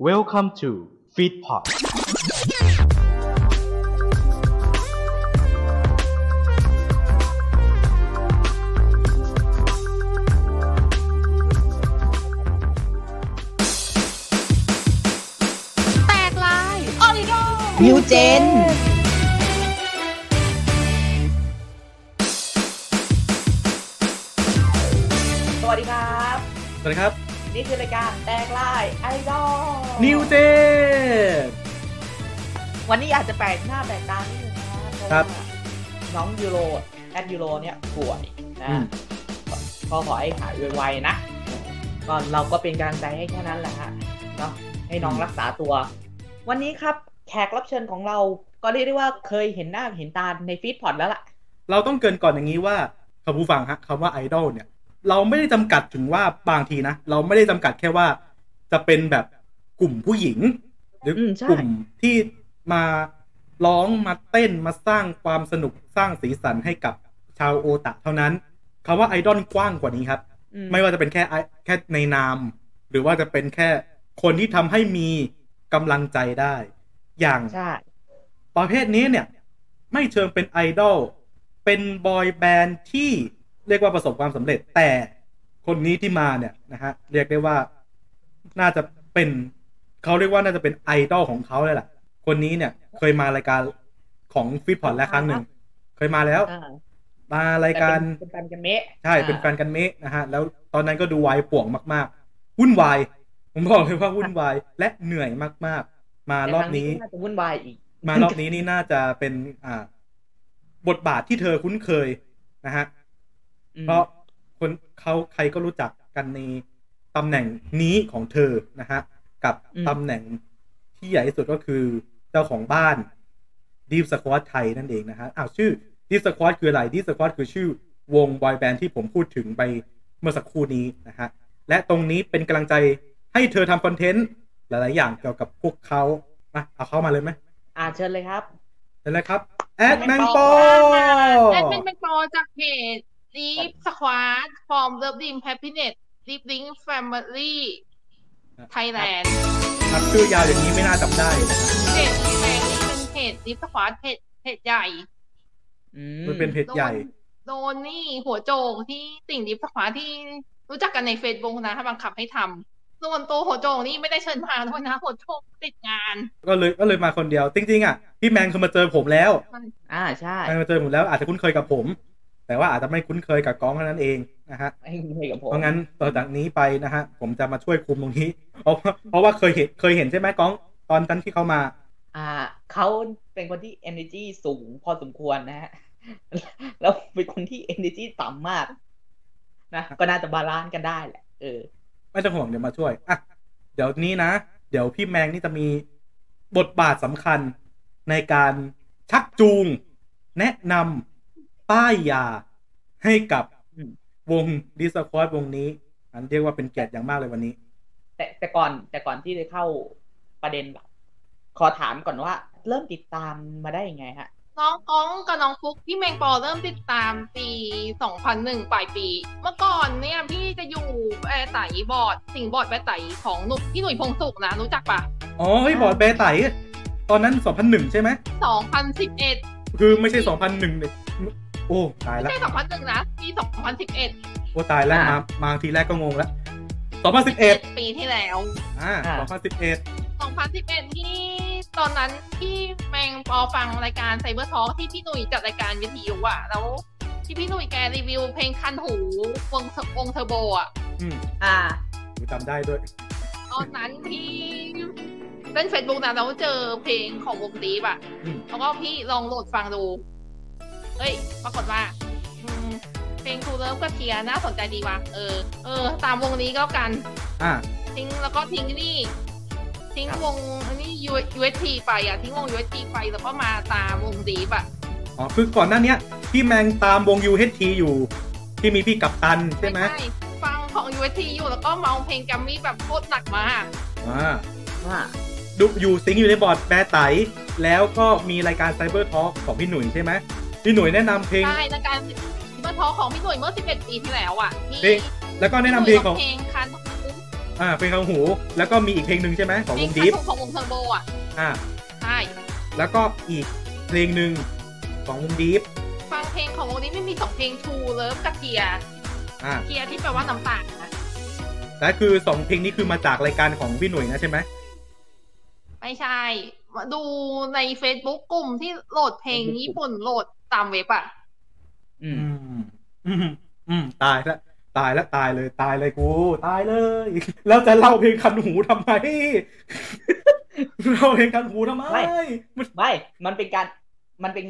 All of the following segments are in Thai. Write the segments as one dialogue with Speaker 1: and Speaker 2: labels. Speaker 1: Welcome to Feedpot
Speaker 2: แตกลาย ออริโด
Speaker 3: นิวเจน
Speaker 4: สวัสดีครับ
Speaker 5: สวัสดีครับ
Speaker 4: นี่คือรายการแตกลายไอดอล
Speaker 5: นิวเจน
Speaker 4: วันนี้อาจจะแปลกหน้าแปลกตานิดนึงนะครับเพ
Speaker 5: ครับ
Speaker 4: ราะว่าน้องยูโรแอดยูโรเนี่ยป่วยนะ
Speaker 5: อืม
Speaker 4: ก็ขอให้หายไวๆนะก็เราก็เป็นกำลังใจให้แค่นั้นแหละฮะเนาะให้น้องรักษาตัว วันนี้ครับแขกรับเชิญของเราก็เรียกได้ว่าเคยเห็นหน้าเห็นตาในฟีดพอดแล้วล่ะ
Speaker 5: เราต้องเกรินก่อนอย่างนี้ว่าคุณผู้ฟังฮะคำว่าไอดอลเนี่ย เราไม่ได้จำกัดถึงว่าบางทีนะ เราไม่ได้จำกัดแค่ว่า จะเป็นแบบกลุ่มผู้หญิง หรืออ
Speaker 4: มใช่
Speaker 5: กลุ่มที่มาร้องมาเต้นมาสร้างความสนุกสร้างสีสันให้กับชาวโอตะเท่านั้นคำว่าไอดอลกว้างกว่านี้ครับ
Speaker 4: อื
Speaker 5: ไม่ว่าจะเป็นแค่ไอแค่ในนาม หรือว่าจะเป็นแค่คนที่ทำให้มีกำลังใจได้ อย่าง
Speaker 4: ใช่
Speaker 5: ประเภทนี้เนี่ย ไม่เชิงเป็นไอดอลเป็นบอยแบนด์ที่เรียกว่าประสบความสำเร็จแต่คนนี้ที่มาเนี่ยนะฮะเรียกได้ว่าน่าจะเป็นเขาเรียกว่าน่าจะเป็นไอดอลของเขาเลยล่ะ คนนี้เนี่ยเคยมารายการของฟิตพอดแล้วครั้งหนึ่งเคยมาแล้ว
Speaker 4: อ่าม
Speaker 5: ารายการ
Speaker 4: แต่เป็นเป็นแฟนกันเมะ
Speaker 5: ใช่เป็นแฟนกันเมะนะฮะแล้วตอนนั้นก็ดูวายป่วงมาก ๆ วุ่นวายผมบอกเลยว่าวุ่นวายและเหนื่อยมากๆ มา
Speaker 4: แต่
Speaker 5: รอ
Speaker 4: ค
Speaker 5: บ
Speaker 4: ง
Speaker 5: นี้
Speaker 4: าจะวุ่นวายอีก
Speaker 5: มารอบนี้นี่น่าจะเป็นอ่า บทบาทที่เธอคุ้นเคยนะฮะ
Speaker 4: อืม
Speaker 5: เพราะคนเขาใครก็รู้จักกันในตำแหน่งนี้ของเธอนะฮะ กับ
Speaker 4: อืม
Speaker 5: ตำแหน่งที่ใหญ่ที่สุดก็คือเจ้าของบ้านดีฟสควอตไทยนั่นเองนะฮะอ้าวชื่อดีฟสควอตคืออะไรดีฟสควอตคือชื่อวงบอยแบนด์ที่ผมพูดถึงไปเมื่อสักครู่นี้นะฮะ และตรงนี้เป็นกำลังใจให้เธอทำคอนเทนต์หลาย ๆ อย่างเกี่ยวกับพวกเขามาเอาเข้ามาเลยไหม
Speaker 4: อ่าเชิญเลยครับ
Speaker 5: เห็นแล้วครับ แอดแมง
Speaker 4: Admin
Speaker 5: ปอ
Speaker 4: Ball
Speaker 2: แอดมินเป็นโปรจากเพจ Deep Squad from Love Dream Happiness Deep Link Family Thailand
Speaker 5: ครับชื่อยาวอย่างนี้ไม่น่าจำได้นะครับ
Speaker 2: เพจที่แรงนี่เป็นเพจ Deep Squad เพจเพจใหญ่
Speaker 4: อื
Speaker 5: มันเป็นเพจ
Speaker 2: โด
Speaker 5: ใหญ่
Speaker 2: นโดนนี่หัวโจกที่ติ่งดิฟขวาที่รู้จักกันในเฟซบุ๊กนะถ้าบังคับให้ทำส่วนตัวหัวโจกนี่ไม่ได้เชิญมาด้วยนะหัวโจกติดงาน
Speaker 5: ก็เลยก็เลยมาคนเดียว จริง ๆ อ่ะ พี่แมงเคยมาเจอผมแล้ว
Speaker 4: อ่าใช่
Speaker 5: แมงมาเจอผมแล้วอาจจะคุ้นเคยกับผม แต่ว่าอาจจะไม่คุ้นเคยกับกล้องเท่านั้นเองนะฮะ
Speaker 4: ไม่คุยกับผม
Speaker 5: เพราะงั้นต่อจากนี้ไปนะฮะ ผมจะมาช่วยคุมตรงนี้ เพราะว่าเพราะว่าเคยเห็นเคยเห็นใช่ไหมกล้องตอนนั้นที่เขามา
Speaker 4: อ่าเขาเป็นคนที่ energy สูงพอสมควรนะฮ ะ แล้วเป็นคนที่ energy ต่ำมาก นะก็น่าจะบาลานซ์กันได้แหละเออ
Speaker 5: ไม่ต้องห่วงเดี๋ยวมาช่วยอ่ะเดี๋ยวนี้นะ เดี๋ยวพี่แมงนี่จะมีบทบาทสำคัญในการชักจูง แนะนำป้ายยาให้กับ
Speaker 4: อืม
Speaker 5: วงดิสคอร์ดวงนี้ อันเรียกว่าเป็นเกียรติอย่างมากเลยวันนี้
Speaker 4: แต่แต่ก่อนแต่ก่อนที่จะเข้าประเด็นแบบขอถามก่อนว่า เริ่มติดตามมาได้ยังไงฮะ
Speaker 2: น้องก้องกับน้องฟุกพี่แมงปอเริ่มติดตามปี 2001 ปลายปี เมื่อก่อนเนี่ยพี่จะอยู่แอร์ไตบอร์ดสิงห์บอร์ดแอร์ไตของหนุกพี่หนุ่ยพงสุขนะรู้จักปะ
Speaker 5: อ๋อเฮ้ยบอร์ดแบร์ไตตอนนั้น 2001 ใช่ไหม
Speaker 2: 2011
Speaker 5: คือไม่ใช่ 2001เนี่ยโอ้ ตาย
Speaker 2: ไม่
Speaker 5: ละ
Speaker 2: ใช่2001นะปี 2011
Speaker 5: โอ้ตายแล้ว
Speaker 4: อ่ะ
Speaker 5: มามาทีแรกก็งงละ2011
Speaker 2: 7ปีที่แล้ว
Speaker 5: อ่า
Speaker 4: อ่ะ
Speaker 5: 2011
Speaker 2: 2011 ที่ตอนนั้นที่แมงปอฟังรายการไซเบอร์ทอที่พี่หนุ่ยจัดรายการวิทยุอ่ะ แล้วที่พี่หนุ่ยแกรีวิวเพลงคันหูวงวงเทอร์โบอ่ะ
Speaker 5: อืม
Speaker 4: อ่า
Speaker 5: กูจำได้ด้วย
Speaker 2: ตอนนั้นที่เล่นเฟซบุ๊กนะแล้วเจอเพลงของวงดีฟอ่ะ
Speaker 5: อืม
Speaker 2: แล้วก็พี่ลองโหลดฟังดู เอ้ย ปรากฏว่าอืมเพลงทูเลิฟกับเทียน่าสนใจดีว่ะ เออ เออ ตามวงนี้ก็แล้วกัน
Speaker 5: อ่า
Speaker 2: ทิ้งแล้วก็ทิ้งนี่ ทิ้งวงอันนี้ UST ไปอ่ะ ทิ้งวง UST ไปแล้วก็มาตามวงดีบอ่ะ
Speaker 5: อ๋อคือก่อนหน้าเนี้ยพี่แมงตามวง UHT อยู่ ที่มีพี่กัปตันใช่ไหม
Speaker 2: ฟังของ UST อยู่แล้วก็เมาเพลงแกรมมี่แบบโคตรหนักมาก
Speaker 5: อ่า
Speaker 4: อ่า
Speaker 5: ดูอยู่สิงห์อยู่ในบอร์ดแปรไต แล้วก็มีรายการไซเบอร์ทอ k ของพี่หนุ่ยใช่ไหมพี่หนุ่ยแนะนำเพลง
Speaker 2: ใช่ในการซิมเบอร์ทอของพี่หนุ่ยเมื่อ 11 ปีที่แล้วอ่ะที่
Speaker 5: เพลง แล้วก็แนะนำเพลงของ
Speaker 2: เพลงคันหู
Speaker 5: อ่าเพลงคันหู แล้วก็มีอีกเพลงหนึ่งใช่ไหมของ
Speaker 2: เพล
Speaker 5: ว
Speaker 2: ง
Speaker 5: ง
Speaker 2: คัน
Speaker 5: ดีฟ
Speaker 2: หูของวงเทอร์โบอ่ะ
Speaker 5: อ่า
Speaker 2: ใช่
Speaker 5: แล้วก็อีกเพลงหนึ่งของวงดีฟ
Speaker 2: ฟังเพลงของวงนี้ไม่มีสองเพลงชูเลิฟกับเทียร์
Speaker 5: อ่า
Speaker 2: เทียร์ที่แปลว่าน้ำตาลนะ
Speaker 5: และคือสองเพลงนี้คือมาจากรายการของพี่หนุ่ยนะใช่ไหม
Speaker 2: ไม่ใช่มาดูใน Facebook กลุ่มที่โหลดเพลงญี่ปุ่นโหลดตามเว็บอ่ะ
Speaker 4: อื
Speaker 5: อื
Speaker 4: ม
Speaker 5: มอืมอืมตายละตายละตายเลยตายเลยกู ตายเลย แล้วจะเล่าเพลงคันหูทำไม เล่าเพลงคันหูทำไม
Speaker 4: ไม่
Speaker 5: มัน
Speaker 4: ไม่ มันเป็นการ มันเป็น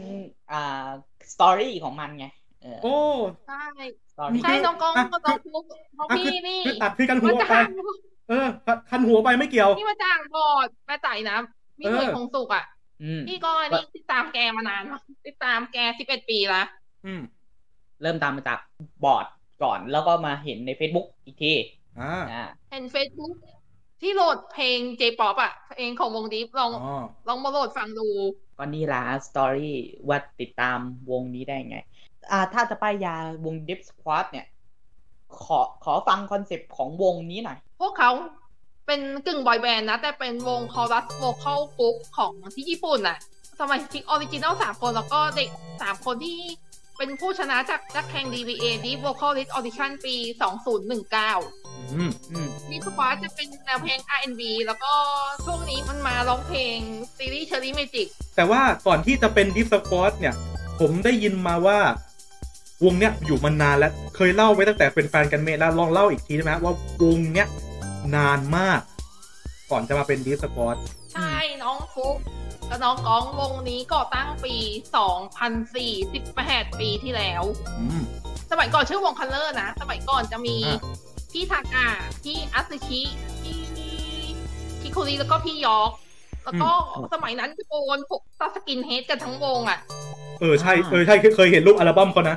Speaker 4: อ่า สตอรี่ของมันไง เออ
Speaker 5: โอ้
Speaker 2: ใช่
Speaker 4: สตอรี่
Speaker 2: ใช่น้องกอง
Speaker 5: อ่ะ
Speaker 2: กับน้องฟุกน้อง
Speaker 5: อ่ะคือ
Speaker 2: พี่นี่
Speaker 5: คือตัดเพลงคันหูอ
Speaker 2: มา
Speaker 5: อกไป
Speaker 2: จ้าง
Speaker 5: เออคันหูออกไปไม่เกี่ยว
Speaker 2: นี่มาจ้างบอดแม่จ่ายนะมีหน่วยคงสุกอ่ะ
Speaker 4: อืม
Speaker 2: พี่ก็นี่ติดตามแกมานานมากติดตามแกสิบเอ็ดปีละ
Speaker 5: อืม
Speaker 4: เริ่มตามมาจากบอร์ดก่อน แล้วก็มาเห็นใน Facebook อีกที
Speaker 5: อ่า
Speaker 4: อ่า
Speaker 2: เห็นเฟซบุ๊กที่โหลดเพลง J-POP อ่ะเพลงของวงดีฟลอง
Speaker 5: อ๋อ
Speaker 2: ลองมาโหลดฟังดู
Speaker 4: ก็นี่ละสตอรี่ว่าติดตามวงนี้ได้ไง อ่า ถ้าจะป้ายยาวง Deep Squad เนี่ย ขอ ขอฟังคอนเซปต์ของวงนี้หน่อย
Speaker 2: พวกเขาเป็นกึ่งบอยแบนด์นะ แต่เป็นวงคอรัสโวคอลกรุ๊ปของที่ญี่ปุ่นอ่ะ สมาชิกออริจินัลสามคนแล้วก็เด็กสามคนที่เป็นผู้ชนะจากนักแข่ง DVA Deep Vocalist Audition ปี 2019
Speaker 5: อืม
Speaker 4: อืม
Speaker 2: มีสควอตจะเป็นแนวเพลง R&B แล้วก็ช่วงนี้มันมาร้องเพลงซีรีส์เชอรี่เมจิก
Speaker 5: แต่ว่าก่อนที่จะเป็นดิฟสปอร์ตเนี่ย ผมได้ยินมาว่าวงเนี้ยอยู่มานานแล้ว เคยเล่าไว้ตั้งแต่เป็นแฟนกันเมทแล้วลองเล่าอีกทีได้ไหมว่าวงเนี้ยนานมาก ก่อนจะมาเป็นดิฟสปอร์ต
Speaker 2: ใช่น้องฟุกกับน้องก้องวงนี้ก่อตั้งปี 2004 18 ปีที่แล้ว
Speaker 5: อืม
Speaker 2: สมัยก่อนชื่อวงคัลเลอร์นะ สมัยก่อนจะมี
Speaker 5: อ่ะ
Speaker 2: พี่ทากาพี่อัตชิพี่คิคุริแล้วก็พี่ยอก แล้วก็สมัยนั้นโกนพวกตัดสกินเฮดกันทั้งวงอ่ะ
Speaker 5: เออใช่
Speaker 4: อ่า
Speaker 5: เออใช่เคยเคยเห็นรูปอัลบั้มเขานะ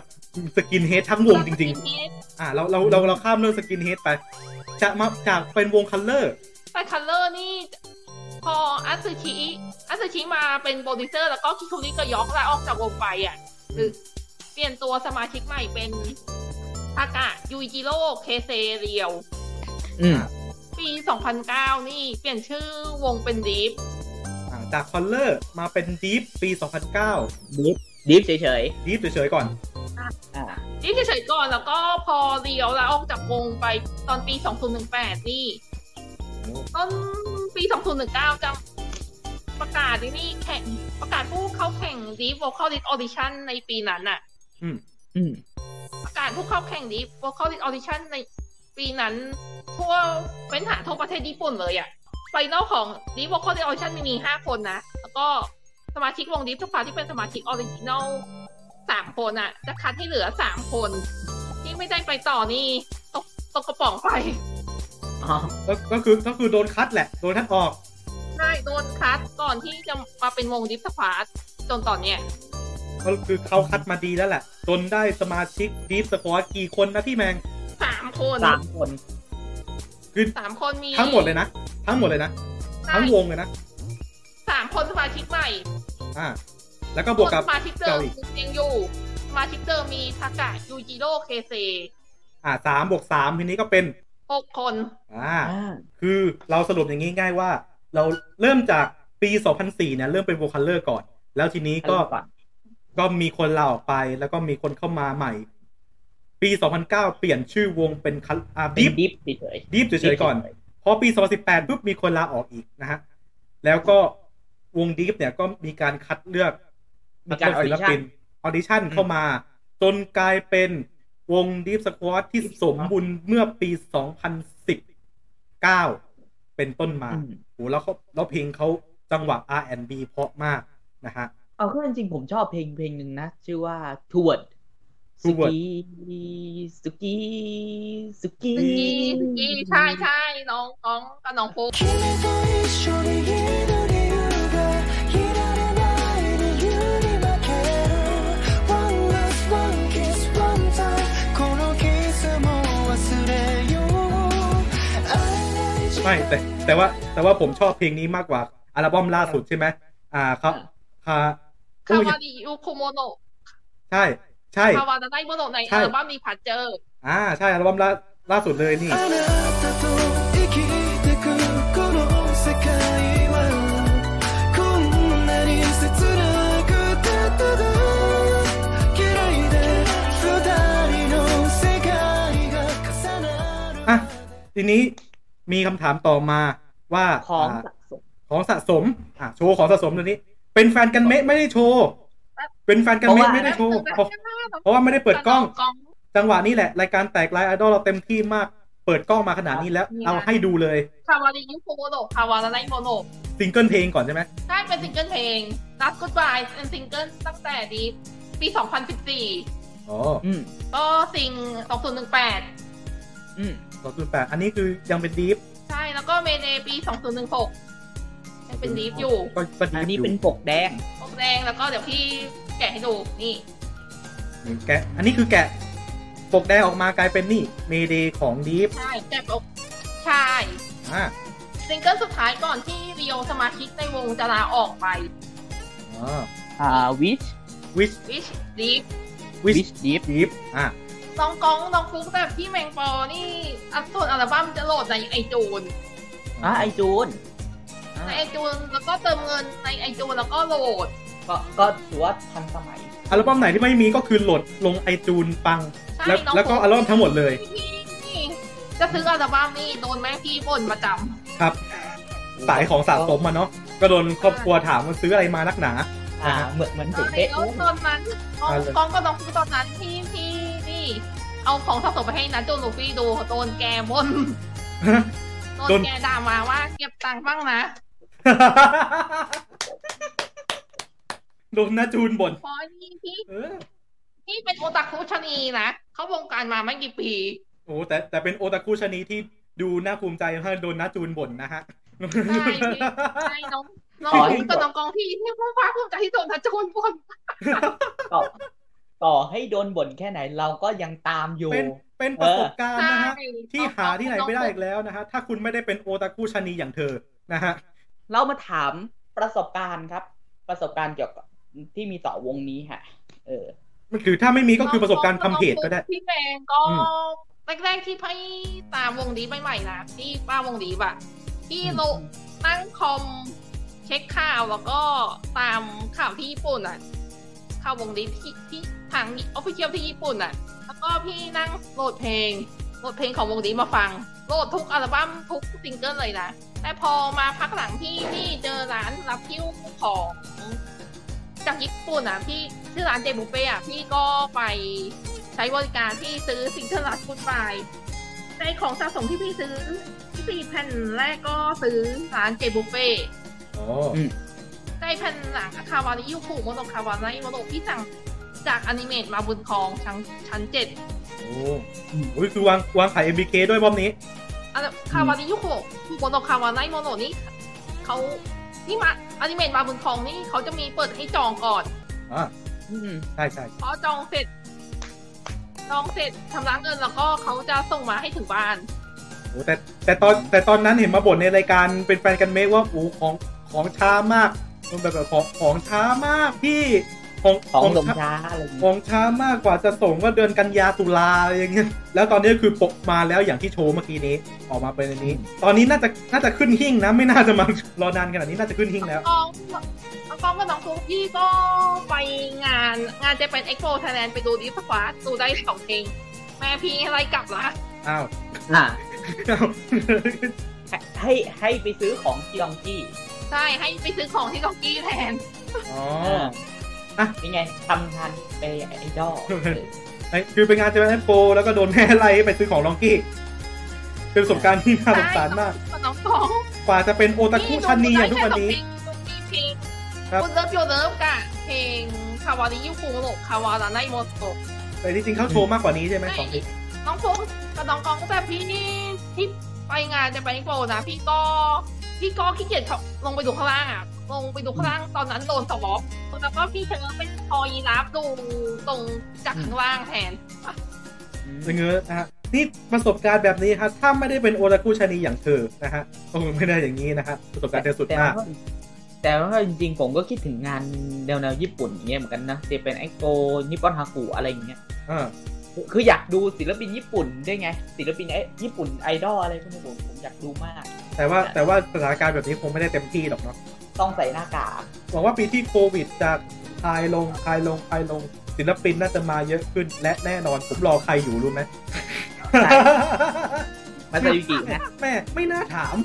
Speaker 5: สกินเฮดทั้งวงจริง
Speaker 2: ตัดสกินเฮด
Speaker 5: ๆ อ่าเราเราเราเราข้ามเรื่องสกินเฮดไป จะมาจากเป็นวงคัลเลอร์
Speaker 2: แต่คัลเลอร์นี่พออัตสึชิอัตสึชิมาเป็นโปรดิวเซอร์แล้วก็คิคุริก็ยอกลาออกจากวงไปอ่ะหรือเปลี่ยนตัวสมาชิกใหม่เป็นทากะยูจิโร่เคเซเรียว
Speaker 4: อืม
Speaker 2: ปี 2009 นี่เปลี่ยนชื่อวงเป็นดีฟ
Speaker 5: อ่าจากคัลเลอร์มาเป็นดิฟปี 2009
Speaker 4: Deep Deep เฉย
Speaker 5: ดิฟเฉยๆก่อน
Speaker 4: ๆ อ่า
Speaker 2: ดีฟเฉยๆก่อนแล้วก็พอเรียวลาออกจากวงไปตอนปี 2018 นี่ ต้นปี 2019 จะประกาศนี่แข่งประกาศผู้เข้าแข่งดีฟ Vocalist Audition ในปีนั้นอ่ะ
Speaker 4: อืม
Speaker 2: ประกาศผู้เข้าแข่งดีวอลคอลิตออดิชั่นในปีนั้น ทั่วเว้นหาทั่วประเทศญี่ปุ่นเลยอะไฟนอลของดีวอลคอลิตออดิชั่นมีห้าคนนะ แล้วก็สมาชิกวงดีฟทุกพาที่เป็นสมาชิกออริจินอลสามคนอะจะคัดให้เหลือสามคน ที่ไม่ได้ไปต่อนี่ตกตกกระป๋องไป
Speaker 4: อ๋อ
Speaker 5: ก็ก็คือก็คือโดนคัดแหละ โดนคัดออก
Speaker 2: ได้โดนคัดก่อนที่จะมาเป็นวงดิฟสควาดจนตอนเนี้ย
Speaker 5: ก็คือเขาคัดมาดีแล้วแหละ จนได้สมาชิกดีฟสควอตกี่คนนะพี่แมง
Speaker 2: สามคน
Speaker 4: สามคน
Speaker 5: คือ
Speaker 2: สามคนมี
Speaker 5: ทั้งหมดเลยนะ ทั้งหมดเลยนะ
Speaker 2: ใช่
Speaker 5: ทั้งวงเลยนะ
Speaker 2: สามคนสมาชิกใหม่
Speaker 5: อ่า แล้วก็บวกกับ
Speaker 2: ส่นสมาชิกเดิม
Speaker 5: เกาหลี
Speaker 2: ยังอยู่สมาชิกเดิมมีทากะยูจิโร่เคเซ
Speaker 5: อ่าสามบวกสามทีนี้ก็เป็น
Speaker 2: หกคน
Speaker 5: อ่า
Speaker 4: อ่า
Speaker 5: คือเราสรุปอย่างนี้ง่ายว่า เราเริ่มจากปี 2004 เนี่ย เริ่มเป็นโวคัลเลอร์ก่อน แล้วทีนี้ก็
Speaker 4: เริ่มก่อน
Speaker 5: ก็มีคนลาออกไป แล้วก็มีคนเข้ามาใหม่ ปี 2009 เปลี่ยนชื่อวงเป็นคัลอ่า
Speaker 4: เป็
Speaker 5: ดิ
Speaker 4: น
Speaker 5: ฟ
Speaker 4: Deep เฉยๆ
Speaker 5: ดิฟเฉยๆก่อน พอปี 2018 ปุ๊บ มีคนลาออกอีกนะฮะ แล้วก็วงดีฟเนี่ยก็มีการคัดเลือก
Speaker 4: มีการ
Speaker 5: คัดเลืศิลปินออดิชั่นเข้ามา จนกลายเป็นวงดีฟสควอตที่สมบูรณ์เมื่อปี 2019 เป็นต้นมา
Speaker 4: อืม
Speaker 5: โอ้แล้วเขาแล้วเพลงเขาจังหวะ R&B เพราะมากนะฮะ
Speaker 4: เอาเข้าจริงๆผมชอบเพลงเพลงหนึ่งนะ ชื่อว่า Toward สุ
Speaker 5: Toward
Speaker 4: กี้สุกี้สุกี้
Speaker 2: สุกี้สุกี้ใช่ใช่น้องน้องกับน้องโฟก
Speaker 3: 君と一緒に祈りうがいられない理由に負ける One last one kiss one time このキスも忘れよう会えない時
Speaker 5: ไม่
Speaker 3: 間
Speaker 5: แต่แต่ว่าแต่ว่าผมชอบเพลงนี้มากกว่า อัลบั้มล่าสุดใช่ไหมอ่าครับค่ะโอ้
Speaker 2: คาย วาริยูคุโมโนะ
Speaker 5: ใช่ ใช่
Speaker 2: คาวาดาไดโมโนะใน
Speaker 5: ใช่
Speaker 2: อัลบั้มมีพัดเจอร์
Speaker 5: อ่า ใช่ อัลบั้มล่าล่าสุดเลยนี่
Speaker 3: あなたと生きる
Speaker 5: ทีนี้มีคำถามต่อมาว่า
Speaker 4: ของ
Speaker 5: า
Speaker 4: สะสม
Speaker 5: ของสะสมอ่ะโชว์ของสะสมตัวนี้ เป็นแฟนกันเมะไม่ได้โชว์ เป็นแฟนกันเมะไม่ได้โชว์เพราะเพราะว่าไม่ได้เปิดกล้อง
Speaker 2: กล้อง
Speaker 5: จังหวะนี้แหละ รายการแตกไลน์ไอดอลเราเต็มที่มาก เปิดกล้องมาขนาดนี้แล้ว
Speaker 2: มีนะ
Speaker 5: เอาให้ดูเลย
Speaker 2: คาวาริยุโคโดคาวาระไนโมโน
Speaker 5: ซิงเกิลเพลงก่อนใช่ไหม
Speaker 2: ใช่เป็นซิงเกิลเพลงรัสกุดบายเป็นซิงเกิลตั้งแต่ดีปี 2014
Speaker 5: อ๋อ
Speaker 4: อืม
Speaker 2: ก็ซิง 2018
Speaker 4: อืม
Speaker 5: สองจุดแปดอันนี้คือยังเป็นดีฟ
Speaker 2: ใช่แล้วก็เมเนปี 2016 ยังเป็นดีฟอยู่
Speaker 5: ก็ก็ดีฟ
Speaker 4: อันนี้
Speaker 5: อยู่
Speaker 4: เป็นปกแดง
Speaker 2: ปกแดงแล้วก็เดี๋ยวพี่แกะให้ดูนี่
Speaker 5: แกะอันนี้คือแกะปกแดงออกมากลายเป็นนี่เมเดของดีฟ
Speaker 2: ใช่แกะอกใช่
Speaker 5: อ่า
Speaker 2: ซิงเกิลสุดท้ายก่อนที่ริโอสมาชิกในวงจะลาออกไป
Speaker 5: อ๋อ
Speaker 6: อ่า which
Speaker 5: wish
Speaker 2: which deep
Speaker 5: wish
Speaker 6: which deep
Speaker 5: ดีฟอ่ะ
Speaker 2: น้องกองน้องฟุกแบบพี่แมงปอนี่อัพส่วนอัลบั้มจะโหลดในไอจูน
Speaker 4: อ่ะไอจูน
Speaker 2: ใน
Speaker 4: อ่ะ
Speaker 2: ไอจูนแล้วก็เติมเงินในไอจูนแล้วก็โหลด
Speaker 4: ก็ก็ถือว่าทันสมัย
Speaker 5: อัลบั้มไหนที่ไม่มีก็คือโหลดลงไอจูนปัง
Speaker 2: ใช่
Speaker 5: แล้ว
Speaker 2: น้อง
Speaker 5: แล้วก็อัลบั้มทั้งหมดเลย
Speaker 2: พี่นี่จะซื้ออัลบั้มนี่โดนแม่พี่บ่นประจ
Speaker 5: ครับสายของสะสมมาเนาะก็โดนครอบครัวถามว่าซื้ออะไรมานักหนา
Speaker 4: อ่าเหมือนเหมือน
Speaker 2: ำต
Speaker 4: ถึ
Speaker 2: อง นใน
Speaker 4: เป๊ะ
Speaker 2: รถตอนนั้นน้อง
Speaker 5: เอาเลย
Speaker 2: กองก็น้องฟุกตอนนั้นพี่พี่นี่ เอาของสะสมไปให้นะจูนลูฟี่ดูโดนแกบ่นโดนแกด่ามาว่าเก็บตังค์บ้างนะ
Speaker 5: โดนนาจูนบ่น
Speaker 2: เพราะนี่พี่
Speaker 5: เออ
Speaker 2: นี่เป็นโอตาคุชะนีนะเขาวงการมาไม่กี่ปี
Speaker 5: โอ้แต่แต่เป็นโอตาคุชนีที่ดูน่าภูมิใจถ้ากโดนนาจูนบ่นนะฮะ
Speaker 2: ใช่ ใช่น้องน้องฟุกกับน้องกองพี่เนี่ยพ่อฟ้าภูมิใจที่โดนนะจูนบ่น
Speaker 4: ต่อต่อให้โดนบ่นแค่ไหนเราก็ยังตามอ ยู่
Speaker 5: เป็นเป็นประสบการณ์
Speaker 2: ใช่
Speaker 5: นะฮะ ที่หาที่ไหนไม่ได้อีกแล้วนะฮะ ถ้าคุณไม่ได้เป็นโอตาคุชนีอย่างเธอนะฮะ
Speaker 4: เรามาถามประสบการณ์ครับ ประสบการณ์เกี่ยวกับที่มีต่อวงนี้ฮะ เออ
Speaker 5: หรือถ้าไม่มีก็คือประสบการณ์ทำเพจก็ได้
Speaker 2: พี่แมงก็
Speaker 5: อื
Speaker 2: แรกๆที่พี่ตามวงดีใหม่ๆนะพี่ป้าวงดีบะพี่โลตั้งคอมเช็คข่าวแล้วก็ตามข่าวที่ญี่ปุ่นอ่ะข่าววงดีที่ที่ทางออฟฟิเชียลที่ญี่ปุ่นอ่ะ แล้วก็พี่นั่งโหลดเพลงโหลดเพลงของวงดีมาฟังโหลดทุกอัลบั้มทุกซิงเกิลเลยนะ แต่พอมาพักหลังพี่พี่เจอร้านรับคิ้วของจากญี่ปุ่นอ่ะพี่ชื่อร้านเจบุเป้อ่ะพี่ก็ไปใช้บริการพี่ซื้อซิงเกิลลัดฟุตไฟในของสะสมที่พี่ซื้อที่พี่แผ่นแรกก็ซื้อร้านเจบุเป้
Speaker 5: อ๋อ
Speaker 2: ในแผ่นหลังอะคาวาริยูคุโมโตคาวาริโมโตพี่สั่งจากอนิเมตมาบุญครองชั้นชั้นเจ็ด
Speaker 5: โอ้โอ้ยคือวางวางขาย MBK ด้วยบอมนี้
Speaker 2: อันคาวาริยูคุคุโมโตคาวาริโมโตนี่เขานี่มาอนิเมตมาบุญครองนี่เขาจะมีเปิดให้จองก่อน
Speaker 5: อ่า
Speaker 4: อืม
Speaker 5: ใช่ใช่
Speaker 2: พอจองเสร็จจองเสร็จชำระเงินแล้วก็เขาจะส่งมาให้ถึงบ้าน
Speaker 5: โอ้แต่แต่ตอนแต่ตอนนั้นเห็นมาบ่นในรายการเป็นแฟนกันเมกว่าโอ้ของของช้ามากมันแบบแบบของของช้ามากพี่ของ
Speaker 4: ของลม
Speaker 5: ช้า
Speaker 4: ช้าอะไรอย่าง
Speaker 5: ข
Speaker 4: เงี้ย
Speaker 5: องช้ามากกว่าจะส่งก็เดือนกันยาตุลาอะไรอย่างเงี้ยแล้วตอนนี้คือปกมาแล้วอย่างที่โชว์เมื่อกี้นี้ออกมาเป็นอันนี้ ตอนนี้น่าจะน่าจะขึ้นหิ้งนะไม่น่า จะมารอนานขนาดนี้น่าจะขึ้นหิ้งแล้ว
Speaker 2: กองกองกับน้องฟุกพี่ก็ไปงานงานจะเป็นเอ็กโปไทยแลนด์ไปดูดิฟฟ้าดูได้สองเพลง แม่พี่ให้ไล่กลับละ
Speaker 5: อ้าว
Speaker 4: อ่า
Speaker 5: อ้าว
Speaker 4: ให้ให้ไปซื้อของจียองจี้
Speaker 2: ใช่ให้ไปซื้อของที่กองกี้แทน
Speaker 5: อ๋อ
Speaker 4: เ
Speaker 5: อ่ะ
Speaker 4: นี่ไงทำทันไปไอดอลเออ
Speaker 5: ไอ้คือไปงานเจแปนโปรแล้วก็โดนแม่ไล่ให้ไปซื้อของลองกี้ เป็นประสบการณ์ที่น่าสงสารมาก
Speaker 2: กับน้องกอง
Speaker 5: กว่าจะเป็นโอตาคุชันนีอย่างทุก
Speaker 2: แค่
Speaker 5: วัน
Speaker 2: สอง
Speaker 5: นี้
Speaker 2: เพลงดูที่เพลง
Speaker 5: ครับ
Speaker 2: คุณเลิฟโยเลิฟกับเพลงคาวาริยูคุโรคาวาราไนโมโตะ
Speaker 5: แต่ที่จริงเขาโชว์มากกว่านี้ใช่ไหมของนี้
Speaker 2: น้องฟงกับน้องกองก็แบบพี่นี่ที่ไปงานจะไปโปรนะพี่ก็พี่ก็ขี้เกียจเขาลงไปดูข้างล่างอ่ะ ลงไปดูข้างล่างตอนนั้นโดนสวอปแล้วก็พี่เธอเป็นคอยีราฟดูตรงจากข้างล่างแทน
Speaker 5: เงื้อนะฮะนี่ประสบการณ์แบบนี้ฮะถ้าไม่ได้เป็นโอตาคุชันนีอย่างเธอนะฮะโอ้โหไม่ได้อย่างนี้นะฮะประสบการณ์เธอสุด
Speaker 4: แต่
Speaker 5: มา
Speaker 4: ว่าก แต่ว่าจริงๆผมก็คิดถึงงานแนวแนวๆญี่ปุ่นอย่างเงี้ยเหมือนกันนะจะเป็นไอโกนิปปอนฮากุอะไรอย่างเงี้ย
Speaker 5: อ่า
Speaker 4: คือคืออยากดูศิลปินญี่ปุ่นด้วยไง ศิลปินไอญี่ปุ่นไอดอลอะไรพวกนี้ผมผมอยากดูมาก
Speaker 5: แต่ว่าแต่ว่าสถานการณ์แบบนี้คงไม่ได้เต็มที่หรอกเนาะ
Speaker 4: ต้องใส่หน้ากาก
Speaker 5: หวังว่าปีที่โควิดจะคลายลงคลายลงคลายลงศิลปินน่าจะมาเยอะขึ้นและแน่นอนผมรอใครอยู่รู้ไหม
Speaker 4: มาซายุกินะ
Speaker 5: แม่ไม่น่าถาม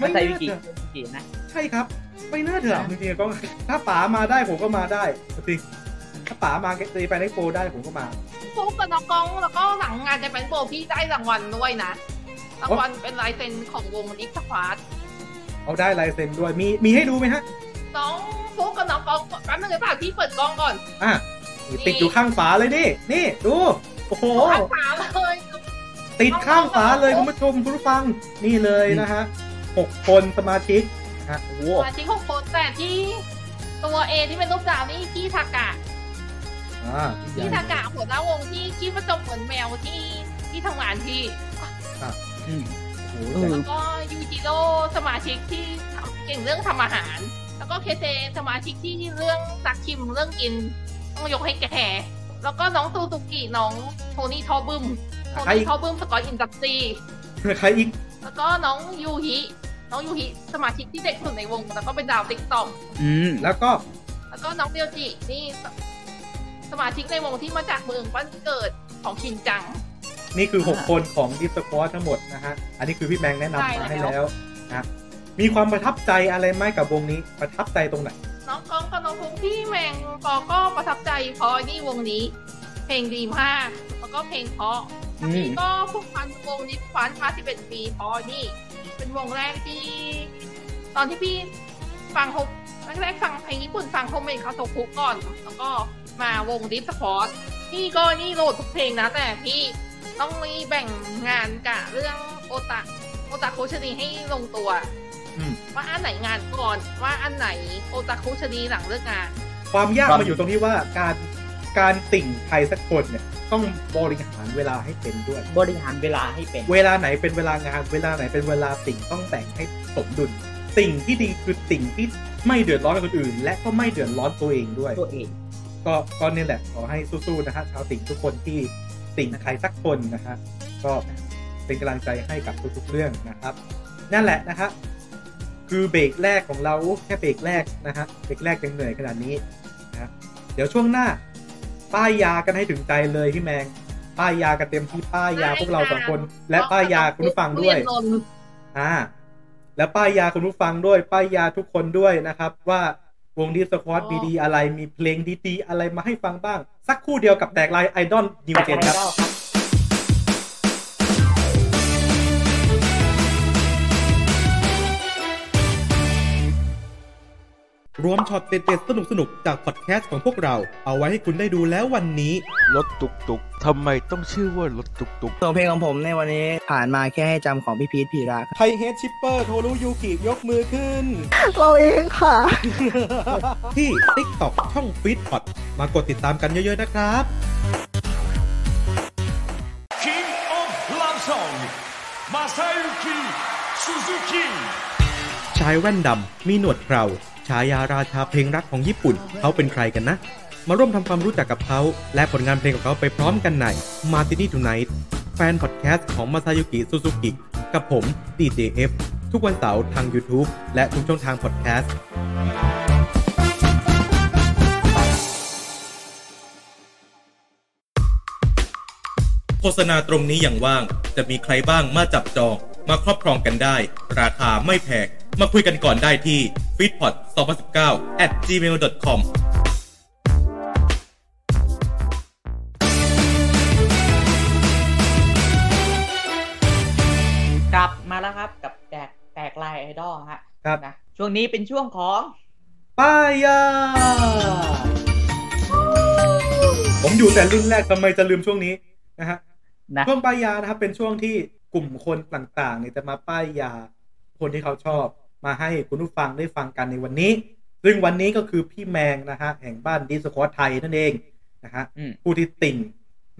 Speaker 4: มาซา
Speaker 5: น่
Speaker 4: ยุกิ
Speaker 5: ถาม
Speaker 4: มาซายุกินะ
Speaker 5: ใช่ครับ ไม่น่าเถื่อนจริงๆก็ถ้าป๋ามาได้ผมก็มาได้จริงถ้าป๋ามาเกตีไปในโปรได้ผมก็มา
Speaker 2: ฟุกกับน้องกองแล้วก็หลังงานจะเป็นโปรพี่ได้รางวัลด้วยนะรางวัลเป็นลายเซ็นของวงลิฟสควาด
Speaker 5: เอาได้ลายเซ็นด้วยมีมีให้ดูไหมฮะ
Speaker 2: น้องฟุกกับน้องกองแป๊บนึงเลยป่ะพี่เปิดกล้องก่อน
Speaker 5: อ่ะนี่ติดอยู่ข้างฝาเลยนี่นี่ดู โอ้โห
Speaker 2: อันสามเลย
Speaker 5: ติดข้างฝาเลยคุณผู้ชมคุณผู้ฟังนี่เลยนะฮะหกคนสมาชิกนะฮะโอ้โห
Speaker 2: สมาชิกหกคนแต่ที่ตัวเอที่เป็นรูปดาวนี่พี่ทากะ
Speaker 5: อ่า
Speaker 2: พี่ทากะหัวหน้าวงที่คิดประจบเหมือนแมวที่ที่ทำงานพี่
Speaker 5: โอ้โห
Speaker 6: เออ
Speaker 2: แล้วก็ยูจิโร่สมาชิกที่เก่งเรื่องทำอาหาร แล้วก็เคเซสมาชิกที่เรื่องซักชิมเรื่องกิน ต้องยกให้แกแล้วก็น้องตูตุกิน้องโทนี่ทอบึมโทนี่ทอบึมสกอตอินดัสตรี
Speaker 5: ใครอีก
Speaker 2: แล้วก็น้องยูฮิน้องยูฮิสมาชิกที่เด็กสุดในวง แล้วก็เป็นดาวติ๊กต็อก
Speaker 6: อืม
Speaker 5: แล้วก็
Speaker 2: แล้วก็น้องเบียวจินี่สสมาชิกในวงที่มาจากเมืองบ้านเกิดของชินจัง
Speaker 5: นี่คือ 6 คนของดิสคอร์ทั้งหมดนะฮะ อันนี้คือพี่แมงแนะนำมาให้แล้วนะมีความประทับใจอะไรไหมกับวงนี้ประทับใจตรงไหน
Speaker 2: น้องกองกับน้องพงพี่แมงปอก็ประทับใจเพราะไอ้นี่วงนี้ เพลงดีมาก แล้วก็เพลงเพราะ
Speaker 6: อืม
Speaker 2: นี่ก็พวกฟันวงนี้ฟันมาสิบเอ็ดปีเพราะไอ้นี่ เป็นวงแรกที่ ตอนที่พี่ฟังโฮแรกๆฟังเพลงญี่ปุ่นฟังโฮมเมดคาโซคุก่อน แล้วก็มาวงดิฟสปอร์ตพี่ก็นี่โหลดทุกเพลงนะ แต่พี่ต้องมีแบ่งงานกะเรื่องโอตะโอตะโคชนีให้ลงตัว
Speaker 5: อืม
Speaker 2: ว่าอันไหนงานก่อนว่าอันไหนโอตาคุชดีหลังเลิกงาน
Speaker 5: ความยาก
Speaker 6: ความ
Speaker 5: มันอยู่ตรงที่ว่าการการติ่งใครสักคนเนี่ยต้องบริหารเวลาให้เป็นด้วย
Speaker 4: บริหารเวลาให้เป็น
Speaker 5: เวลาไหนเป็นเวลางาน เวลาไหนเป็นเวลาติ่งต้องแต่งให้สมดุลติ่งที่ดีคือติ่งที่ไม่เดือดร้อนกับคนอื่น และก็ไม่เดือดร้อนตัวเองด้วย
Speaker 4: ตัวเอง
Speaker 5: ก็ก็เนี่ยแหละขอให้สู้ๆนะฮะชาวติ่งทุกคนที่ติ่งใครสักคนนะฮะก็เป็นกำลังใจให้กับทุกๆเรื่องนะครับ นั่นแหละนะฮะคือเบรกแรกของเราแค่เบรกแรกนะฮะเบรกแรกยังเหนื่อยขนาดนี้นะฮะเดี๋ยวช่วงหน้า ป้ายยากันให้ถึงใจเลยพี่แมง ป้ายยากันเต็มที่ป้ายยาพวกเราสองคน และป้ายยาคุณผู้ฟังด้วย
Speaker 2: เรีนนนท์
Speaker 5: อ่าแล้วป้ายยาคุณผู้ฟังด้วย ป้ายยาทุกคนด้วยนะครับ ว่าวงดีสควอตมีดีอะไรมีเพลงดีๆอะไรมาให้ฟังบ้าง สักครู่เดียวกับแตกลายไอดอลนิว
Speaker 4: แต่
Speaker 5: เจ
Speaker 4: ไอน
Speaker 5: ครับ
Speaker 4: ดอลครับ
Speaker 5: รวมช็อตเด็ดๆสนุกๆ จากพอดแคสต์ของพวกเรา เอาไว้ให้คุณได้ดูแล้ววันนี้
Speaker 7: รถตุกตุกทำไมต้องชื่อว่ารถตุกตุก
Speaker 6: ตัวเพลงของผมในวันนี้ผ่านมาแค่ให้จำของพี่พีทพีระครับ
Speaker 5: ไทเฮดชิปเปอร์โทรุยูกิยกมือขึ้น
Speaker 8: เราเองค่ะ
Speaker 5: ที่ TikTok ช่องฟีดพอดมากดติดตามกันเยอะๆนะครับ
Speaker 9: King of Love Song Masayuki Suzuki
Speaker 5: ชายแว่นดำ มีหนวดเคราฉายาราชาเพลงรักของญี่ปุ่น เขาเป็นใครกันนะ มาร่วมทำความรู้จักกับเขา และผลงานเพลงของเขาไปพร้อมกันใน m a r t i n i Tonight แฟนพอดแคสต์ของ Masayuki Suzuki กับผม DJF ทุกวันเสาร์ทาง YouTube และทุกช่องทางพอดแคสต์ โฆษณาตรงนี้อย่างว่าง จะมีใครบ้างมาจับจอง มาครอบครองกันได้ ราคาไม่แพงมาคุยกันก่อนได้ที่ f e e d p o t 2019 at gmail.com
Speaker 4: กลับมาแล้วครับกับแตกแตกลายไอดอลฮะ
Speaker 5: ครับ
Speaker 4: นะช่วงนี้เป็นช่วงของ
Speaker 5: ป้ายา ผมอยู่แต่รุ่นแรกทำไมจะลืมช่วงนี้นะฮะ
Speaker 4: นะ
Speaker 5: ช่วงป้ายยานะครับเป็นช่วงที่กลุ่มคนต่างๆเนี่ยจะมาป้ายยาคนที่เขาชอบ มาให้คุณผู้ฟังได้ฟังกันในวันนี้ ซึ่งวันนี้ก็คือพี่แมงนะฮะแห่งบ้านดิสคอร์ไทยนั่นเองนะฮะ
Speaker 4: อืม
Speaker 5: ผู้ที่ติ่ง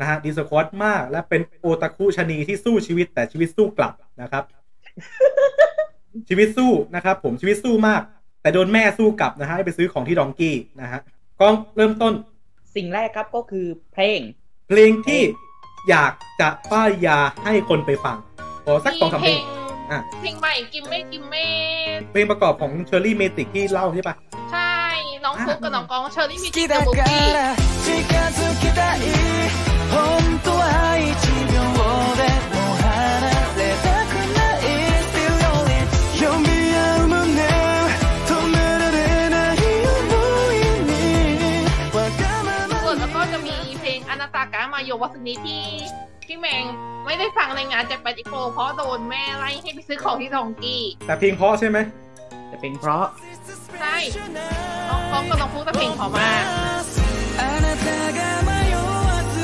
Speaker 5: นะฮะดิสคอร์มาก และเป็นโอตาคุชะนีที่สู้ชีวิตแต่ชีวิตสู้กลับนะครับ ชีวิตสู้นะครับผมชีวิตสู้มาก แต่โดนแม่สู้กลับนะฮะให้ไปซื้อของที่ดองกี้นะฮะกองเริ่มต้น
Speaker 4: สิ่งแรกครับก็คือเพลง
Speaker 5: เพลงที่อยากจะป้ายยาให้คนไปฟัง ขอสักสองสามเพ
Speaker 2: เพ
Speaker 5: ล
Speaker 2: ล
Speaker 5: ง
Speaker 2: ง
Speaker 5: อ่ะ
Speaker 2: เพลงใหม่กิมเม่กิมเม่
Speaker 5: เพลงประกอบของเชอร์รี่เมติกที่เล่าใช่ปะ
Speaker 2: ใช่ น้อง
Speaker 5: อ่ะ
Speaker 2: ฟุกกับน้องกองเชอรี่
Speaker 3: 好
Speaker 2: มี
Speaker 3: き
Speaker 2: แต่
Speaker 3: だから
Speaker 2: บุ
Speaker 3: 近
Speaker 2: กี้
Speaker 3: づきたい本当は一秒でも離れた
Speaker 2: โอวัสนิที่พี่แมงไม่ได้ฟังในงานจากปาติโกเพราะโดนแม่ไล่ให้ไปซื้อของที่ทองกี้
Speaker 5: แต่เพลงเพราะใช่ไหม
Speaker 4: จะเป็นเพราะ
Speaker 2: ใช่น้องน้องก็น้องพูดแต่เพลงเขอมาก
Speaker 3: あなたが迷わず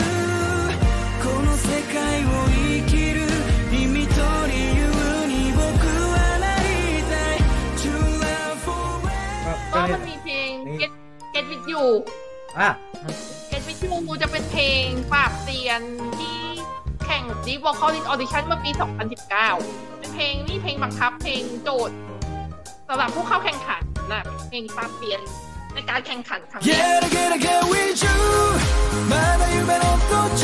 Speaker 3: この世界を生きる意味と理由に僕はなりたい To love forever
Speaker 5: ก็
Speaker 2: ก็
Speaker 5: เนี่ย
Speaker 2: มันมีเพลง get get with you
Speaker 5: อ่ะ
Speaker 2: get with you จะเป็นเพลงปราบเซียนที่แข่ง Deep Vocal List Audition เมื่อปี 2019 เป็นเพลงนี่เพลงบังคับเพลงโจทย์สำหรับผู้เข้าแข่งขันนะเพลงปราบเซียนในการแข่งขันครั้งนี้
Speaker 3: Get it, get it, get with you まだ夢の途中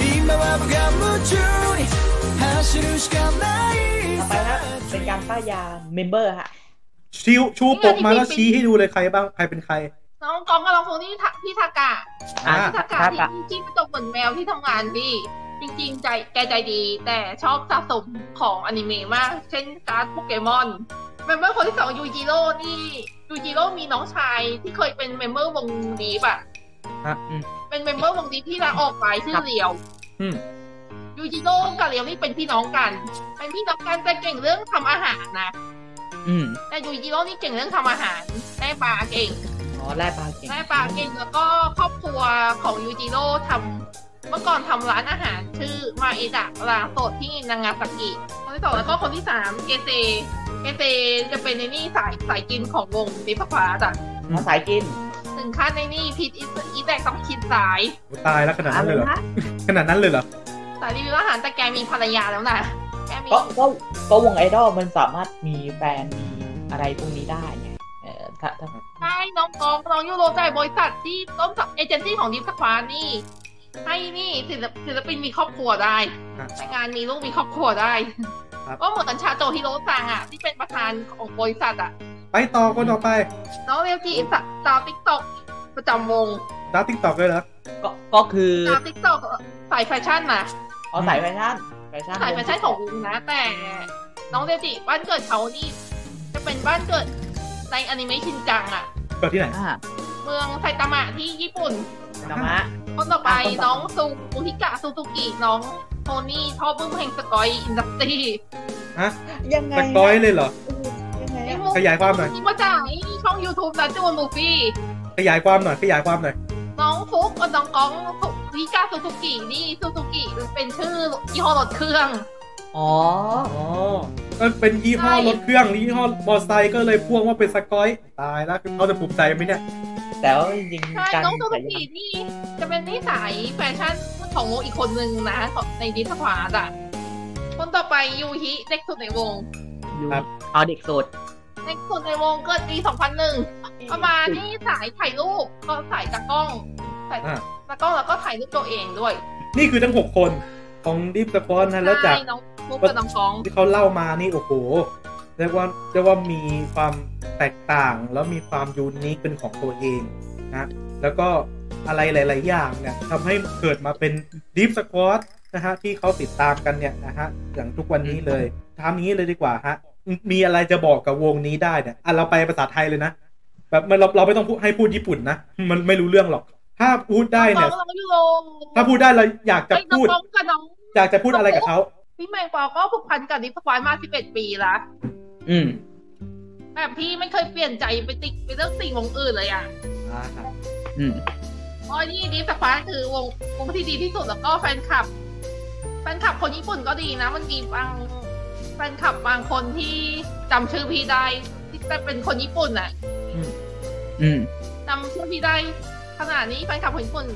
Speaker 3: 今は無我夢中に走るしかない
Speaker 4: ต่อไปนะเป็นการป้ายยาเมมเบอร์ค่ะ
Speaker 5: ชิวชูปกมาแล้วชี้ให้ดูเลยใครบ้างใครเป็นใคร
Speaker 2: น้องกองกับน้องโฟนี่ทะพี่ทากะ
Speaker 5: อ่ะ
Speaker 2: พี่ทากะ
Speaker 4: ทา
Speaker 2: ที่
Speaker 4: กะ
Speaker 2: ที่ไปตกเหมือนแมวที่ทำงานพี่ จริงๆ ใจแกใจดี แต่ชอบสะสมของอนิเมะมาก เช่นการ์ดโปเกมอนเมมเบอร์คนที่สองยูจิโร่นี่ยูจิโร่มีน้องชายที่เคยเป็นเมมเบอร์วงดีฟอะ
Speaker 5: ฮะอืม
Speaker 2: เป็นเมมเบอร์วงดีฟที่ลาออกไปชื่อเรียว
Speaker 5: อืม
Speaker 2: ยูจิโร่กับเรียวนี่เป็นพี่น้องกัน เป็นพี่น้องกันแต่เก่งเรื่องทำอาหารนะ
Speaker 4: อืม
Speaker 2: แต่ยูจิโร่นี่เก่งเรื่องทำอาหารได้ปลาเก่ง
Speaker 4: อ๋อแร่ปลาเก่ง
Speaker 2: ได้ปลาเก่งแล้วก็ครอบครัวของยูจิโร่ทำเมื่อก่อนทำร้านอาหารชื่อมาอิดะร้านสดที่นางาซากิคนที่สองแล้วก็คนที่สามเกเซเกเซจะเป็นในนี่สายสายกินของวงนิพพาจ้ะ
Speaker 4: อ๋อสายกิน
Speaker 2: ถึงขั้นในนี่พีทอีแตกต้องคิดสาย
Speaker 5: โอ้ตายแล้วขนาด
Speaker 4: อะ
Speaker 5: นั้น
Speaker 4: ไร
Speaker 5: เลยเหรอ
Speaker 4: นะ
Speaker 5: ขนาดนั้นเลยเหรอ
Speaker 2: สายรีวิวอาหารแต่แกมีภรรยาแล้วนะแกมี
Speaker 4: ก็ก็ก็วงไอดอลมันสามารถมีแฟนมีอะไรพวกนี้ได้ไงเออถ้าถ้า
Speaker 2: ใช่น้องกองน้องยูโรใจบริษัทที่ต้นสับเอเจนซี่ของนิพพานี่ ให้นี่ศิลปศิลปินมีครอบครัวได้
Speaker 5: อ่ะ
Speaker 2: แต่งานมีลูกมีครอบครัวได้
Speaker 5: ครับ
Speaker 2: ก็เหมือนชาโตฮิโรซังอ่ะ ที่เป็นประธานของบริษัทอ่ะ
Speaker 5: ไปต่อคนต่อไป
Speaker 2: น้องเรียวจีสาวติ๊กตอกประจำวง
Speaker 5: ดาวติ๊กตอกเลยเหรอ
Speaker 4: ก็ก็คือ
Speaker 2: สาวติ๊กตอกสายแฟชั่นนะ
Speaker 4: อ๋อสายแฟชั่นแฟชั่น
Speaker 2: สายแฟชั่นของวงนะ แต่น้องเรียวจีบ้านเกิดเขานี่ จะเป็นบ้านเกิดในอนิเมะชินจังอ่ะ
Speaker 5: เกิดที่ไหน
Speaker 4: อ่า
Speaker 2: เมืองไซตามะที่ญี่ปุ่น
Speaker 4: ธรรมะ
Speaker 2: คนต่อไป
Speaker 4: อ่ะคนต่อ
Speaker 2: น้องซูมูฮิกะซูซูกิน้องโทนี่ชอบบึ้มเพลงสกอยอินดัสตรี
Speaker 5: ฮะ
Speaker 4: ยังไง
Speaker 5: ตะกร้อยเลยเหรอ
Speaker 4: ยังไง
Speaker 2: ไอ้
Speaker 4: อะ
Speaker 2: พวก
Speaker 5: ขยายความหน่อย
Speaker 2: ที่มาจากไอ้ช่อง YouTube ดันจูนบูฟี่
Speaker 5: ขยายความหน่อยขยายความหน่อย
Speaker 2: น้องฟุกกับน้องก้องวิกาซูซูกินี่ซูซูกิเป็นชื่อยี่ห้อรถเครื่อง
Speaker 4: อ๋อ
Speaker 5: อ๋อก็เป็นยี่ห้อ
Speaker 2: ใช่
Speaker 5: รถเครื่องยี่ห้อมอไซค์ก็เลยพ่วงว่าเป็นสกอย ตายแล้วเขาจะภูมิใจไหมเนี่ย
Speaker 4: แต่ว่าจริง
Speaker 2: ใช่
Speaker 4: ๆการ
Speaker 2: น้องซู
Speaker 4: สา
Speaker 2: ซู
Speaker 4: ยยา
Speaker 2: กินี่จะเป็นนิสัยแฟชั่นของวงอีกคนนึงนะของในดิสควาดอ่ะคนต่อไปยูฮิเด็กสุดในวง
Speaker 4: อยู่
Speaker 5: ครับ
Speaker 4: เอาเด็กโสด
Speaker 2: เด็กสุดในวงเกิดปี 2001 ประมาณนี่สายถ่ายรูปก็สายตากล้องสาย
Speaker 5: อ่ะ
Speaker 2: ตากล้องแล้วก็ถ่ายรูปตัวเองด้วย
Speaker 5: นี่คือทั้ง 6 คนของดิฟสควอนนะแล้วจาก
Speaker 2: ใช่น้องฟุกกับน้องก้อง
Speaker 5: ที่เขาเล่ามานี่ โอ้โหเรียกว่าเรียกว่ามีความแตกต่างแล้วมีความยูนิคเป็นของตัวเองนะแล้วก็อะไรหลาย ๆ อย่างเนี่ยทำให้เกิดมาเป็นดิฟสควอตนะฮะที่เขาติดตามกันเนี่ยนะฮะอย่างทุกวันนี้เลยทามนี้เลยดีกว่าฮะมีอะไรจะบอกกับวงนี้ได้เนี่ยอ่ะเราไปภาษาไทยเลยนะ แบบมันเราเราไม่ต้องพูดให้พูดญี่ปุ่นนะ มันไม่รู้เรื่องหรอก ถ้าพูดได้เนี่ย
Speaker 2: น้องยูโร
Speaker 5: ถ้าพูดได้เราอยากจะ
Speaker 2: เอ้ยน้อง
Speaker 5: พูด
Speaker 2: ก้องกับน้อง
Speaker 5: อยากจะพูดอะไรกับเขา
Speaker 2: พี่แมงปอก็ผูกพันกับนิพพานมา11 ปีละ
Speaker 4: อืม
Speaker 2: แต่พี่ไม่เคยเปลี่ยนใจไปติดไปเลือกสิ่งวงอื่นเลยอ่ะ
Speaker 4: อืม
Speaker 2: เพราะนี่นิพพานคือวงวงที่ดีที่สุดแล้วก็แฟนคลับ แฟนคลับคนญี่ปุ่นก็ดีนะ มันมีบางแฟนคลับบางคนที่จำชื่อพี่ได้ที่แต่เป็นคนญี่ปุ่นอ่ะ
Speaker 4: อืม
Speaker 2: จำชื่อพี่ได้ขนาดนี้แฟนคลับคนญี่ปุ่น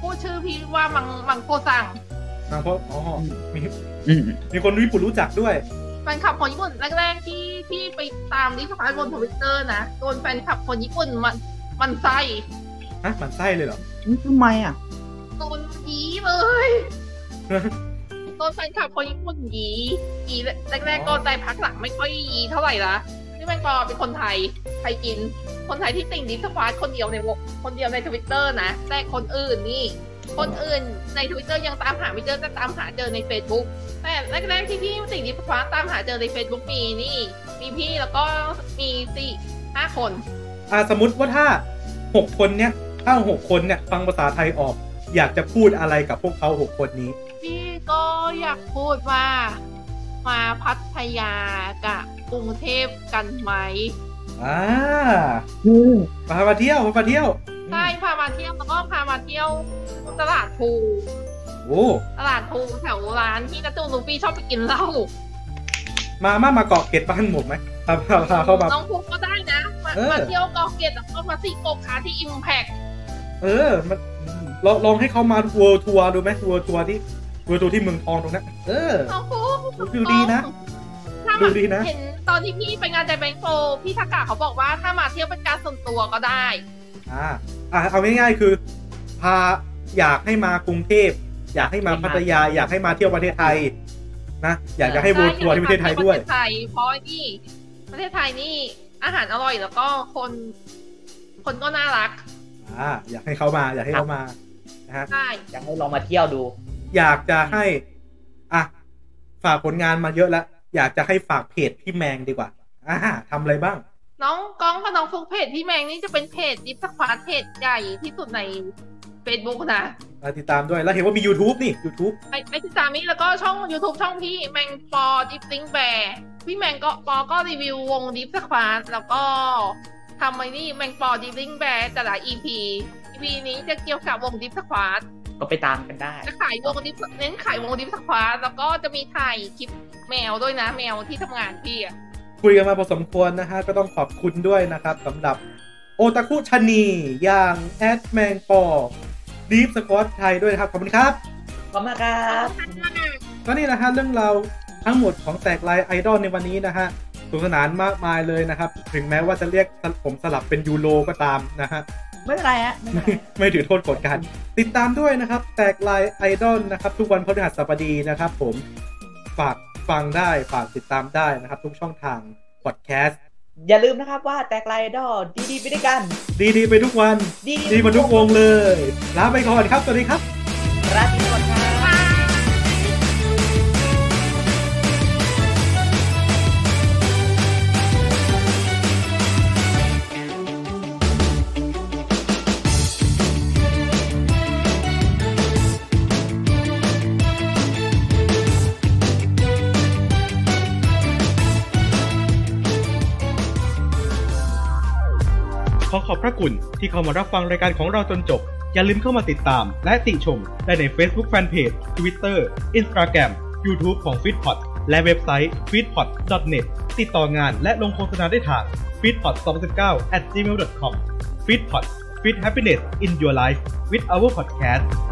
Speaker 2: พูดชื่อพี่ว่ามังมังโกซัง
Speaker 5: นางเพราะอ๋อมี
Speaker 4: อืม
Speaker 5: มีคนญี่ปุ่นรู้จักด้วย
Speaker 2: แฟนคลับคนญี่ปุ่นแรกๆที่ที่ไปตามนิพพานบนทวิตเตอร์นะโดนแฟนคลับคนญี่ปุ่นมันมันไส้
Speaker 5: ฮะหมันไส้เลยเหรอ
Speaker 4: นี่ทำไมอ่ะ
Speaker 2: โดนยีเลยโดนแฟนคลับคนญี่ปุ่นยียีแรกๆก็ใจพักหลังไม่ค่อยยีเท่าไหร่ละนี่แมงปอเป็นคนไทยไทยกิน คนไทยที่ติ่งดิสควาดคนเดียวในวงคนเดียวในทวิตเตอร์นะ แต่คนอื่นนี่ คนอื่นในทวิตเตอร์ยังตามหาไม่เจอแต่ตามหาเจอใน Facebook แต่แรกๆที่พี่ติ่งดิสควาดตามหาเจอใน Facebook มีนี่ มีพี่แล้วก็มีสี่ห้าคน
Speaker 5: อ่าสมมติว่าถ้าหกคนเนี้ย ถ้าหกคนเนี่ย ฟังภาษาไทยออก อยากจะพูดอะไรกับพวกเขาหกคนนี้
Speaker 2: พี่ก็อยากพูดว่ามาพัทยากับกรุงเทพกันไหม
Speaker 5: อ่า
Speaker 4: อืม
Speaker 5: พามาเที่ยวพามาเที่ยว
Speaker 2: ใช่พามาเที่ยวแล้วก็พามาเที่ยวตลาดภู
Speaker 5: โอ้
Speaker 2: ตลาดภูแถวร้านที่นัตูนลูฟี่ชอบไปกินเหล้า
Speaker 5: มามามาเกาะเกร็ดบ้านผมไหมพาพาพาเข้ามา
Speaker 2: น้องภูก็ได้นะมา
Speaker 5: เออ
Speaker 2: มาเที่ยวเกาะเกร็ดแล้วก็มาที่โกคาที่อิมแพค
Speaker 5: เออมันลองลองให้เขามาเวิร์ทัวร์ดูไหมเวิร์ทัวร์ที่เวิร์ทัวร์ที่เมืองทองตรงนั้นเออ
Speaker 2: น้องภู
Speaker 5: ดูดีนะ
Speaker 2: ถ้ามา
Speaker 5: ดูดีนะ
Speaker 2: เห็นตอนที่พี่ไปงานใจแบงโฟพี่ทากาเขาบอกว่าถ้ามาเที่ยวเป็นการส่วนตัวก็ได้
Speaker 5: อ่าอ่าเอาง่ายๆคือ พาอยากให้มากรุงเทพ อยากให้มาพัทยา อยากให้มาเที่ยวประเทศไทยนะอยากจะให้เวิร์ทัวร์ที่ประเทศไทยด้วย
Speaker 2: ประเทศไทยเพราะนี่ประเทศไทยนี่อาหารอร่อยแล้วก็คน คนก็น่ารัก
Speaker 5: อ่าอยากให้เขามา อยากให้เขามานะฮะ
Speaker 2: ใช่
Speaker 4: อยากให้ลองมาเที่ยวดู
Speaker 5: อยากจะให้ อ่ะ ฝากผลงานมาเยอะแล้ว อยากจะให้ฝากเพจพี่แมงดีกว่าอ่าทำอะไรบ้าง
Speaker 2: น้องก้องกับน้องฟุกเพจพี่แมงนี่จะเป็นเพจดิฟสักพาร์ทเพจใหญ่ที่สุดใน Facebook นะ
Speaker 5: มาติดตามด้วย แล้วเห็นว่ามี YouTube นี่ YouTube
Speaker 2: ไปไปติดตามนี้แล้วก็ช่อง YouTube ช่องพี่แมงปอดิฟซิงแบร์พี่แมงก็ปอก็รีวิววงดิฟสักพาร์ทแล้วก็ทำไอ้นี่แมงปอดิฟซิงแบร์แต่ละ EP EP นี้จะเกี่ยวกับวงดิฟสักพาร์ท
Speaker 4: ก็ไปตามกันได้
Speaker 2: จะขายวงดิฟเน้นขายวงดิฟสควาแล้วก็จะมีถ่ายคลิปแมวด้วยนะ แมวที่ทำงานพี่อะ
Speaker 5: คุยกันมาพอสมควรนะฮะ ก็ต้องขอบคุณด้วยนะครับสำหรับโอตาคุชะนี อย่างแอดแมงปอดีฟสควอตไทยด้วยนะครับ ขอบคุณครับ
Speaker 4: ขอบคุณมากครับ
Speaker 5: ก็นี่นะฮะเรื่องราวทั้งหมดของแตกลายไอดอลในวันนี้นะฮะสนุกสนานมากมายเลยนะครับ ถึงแม้ว่าจะเรียกผมสลับเป็นยูโรก็ตามนะฮะ
Speaker 4: ไม่เป็นไรฮะไม่เป็นไร
Speaker 5: ไม่ถือโทษกดกัน ติดตามด้วยนะครับ แตกลายไอดอลนะครับ ทุกวันพฤหัสบดีนะครับผมฝากฟังได้ฝากติดตามได้นะครับ ทุกช่องทางพอดแคสต์
Speaker 4: อย่าลืมนะครับว่าแตกไลดอลดีๆไปด้วยกัน
Speaker 5: ดีๆ ไปทุกวัน
Speaker 4: ดีๆ
Speaker 5: ดีมาทุกวงเลยลาไปก่อนครับ สวัสดีครับ
Speaker 4: ราตรีสวัสดิ์ครับ
Speaker 1: ขอขอบพระคุณที่เข้ามารับฟังรายการของเราจนจบ อย่าลืมเข้ามาติดตาม และติชม ได้ใน Facebook Fanpage Twitter Instagram YouTube ของ f e e d p o t และเว็บไซต์ f e e d p o t n e t ติดต่องานและลงโฆษณาได้ทาง f e e d p o t 2019 at gmail.com f e e d p o t Feed Happiness in Your Life with our podcast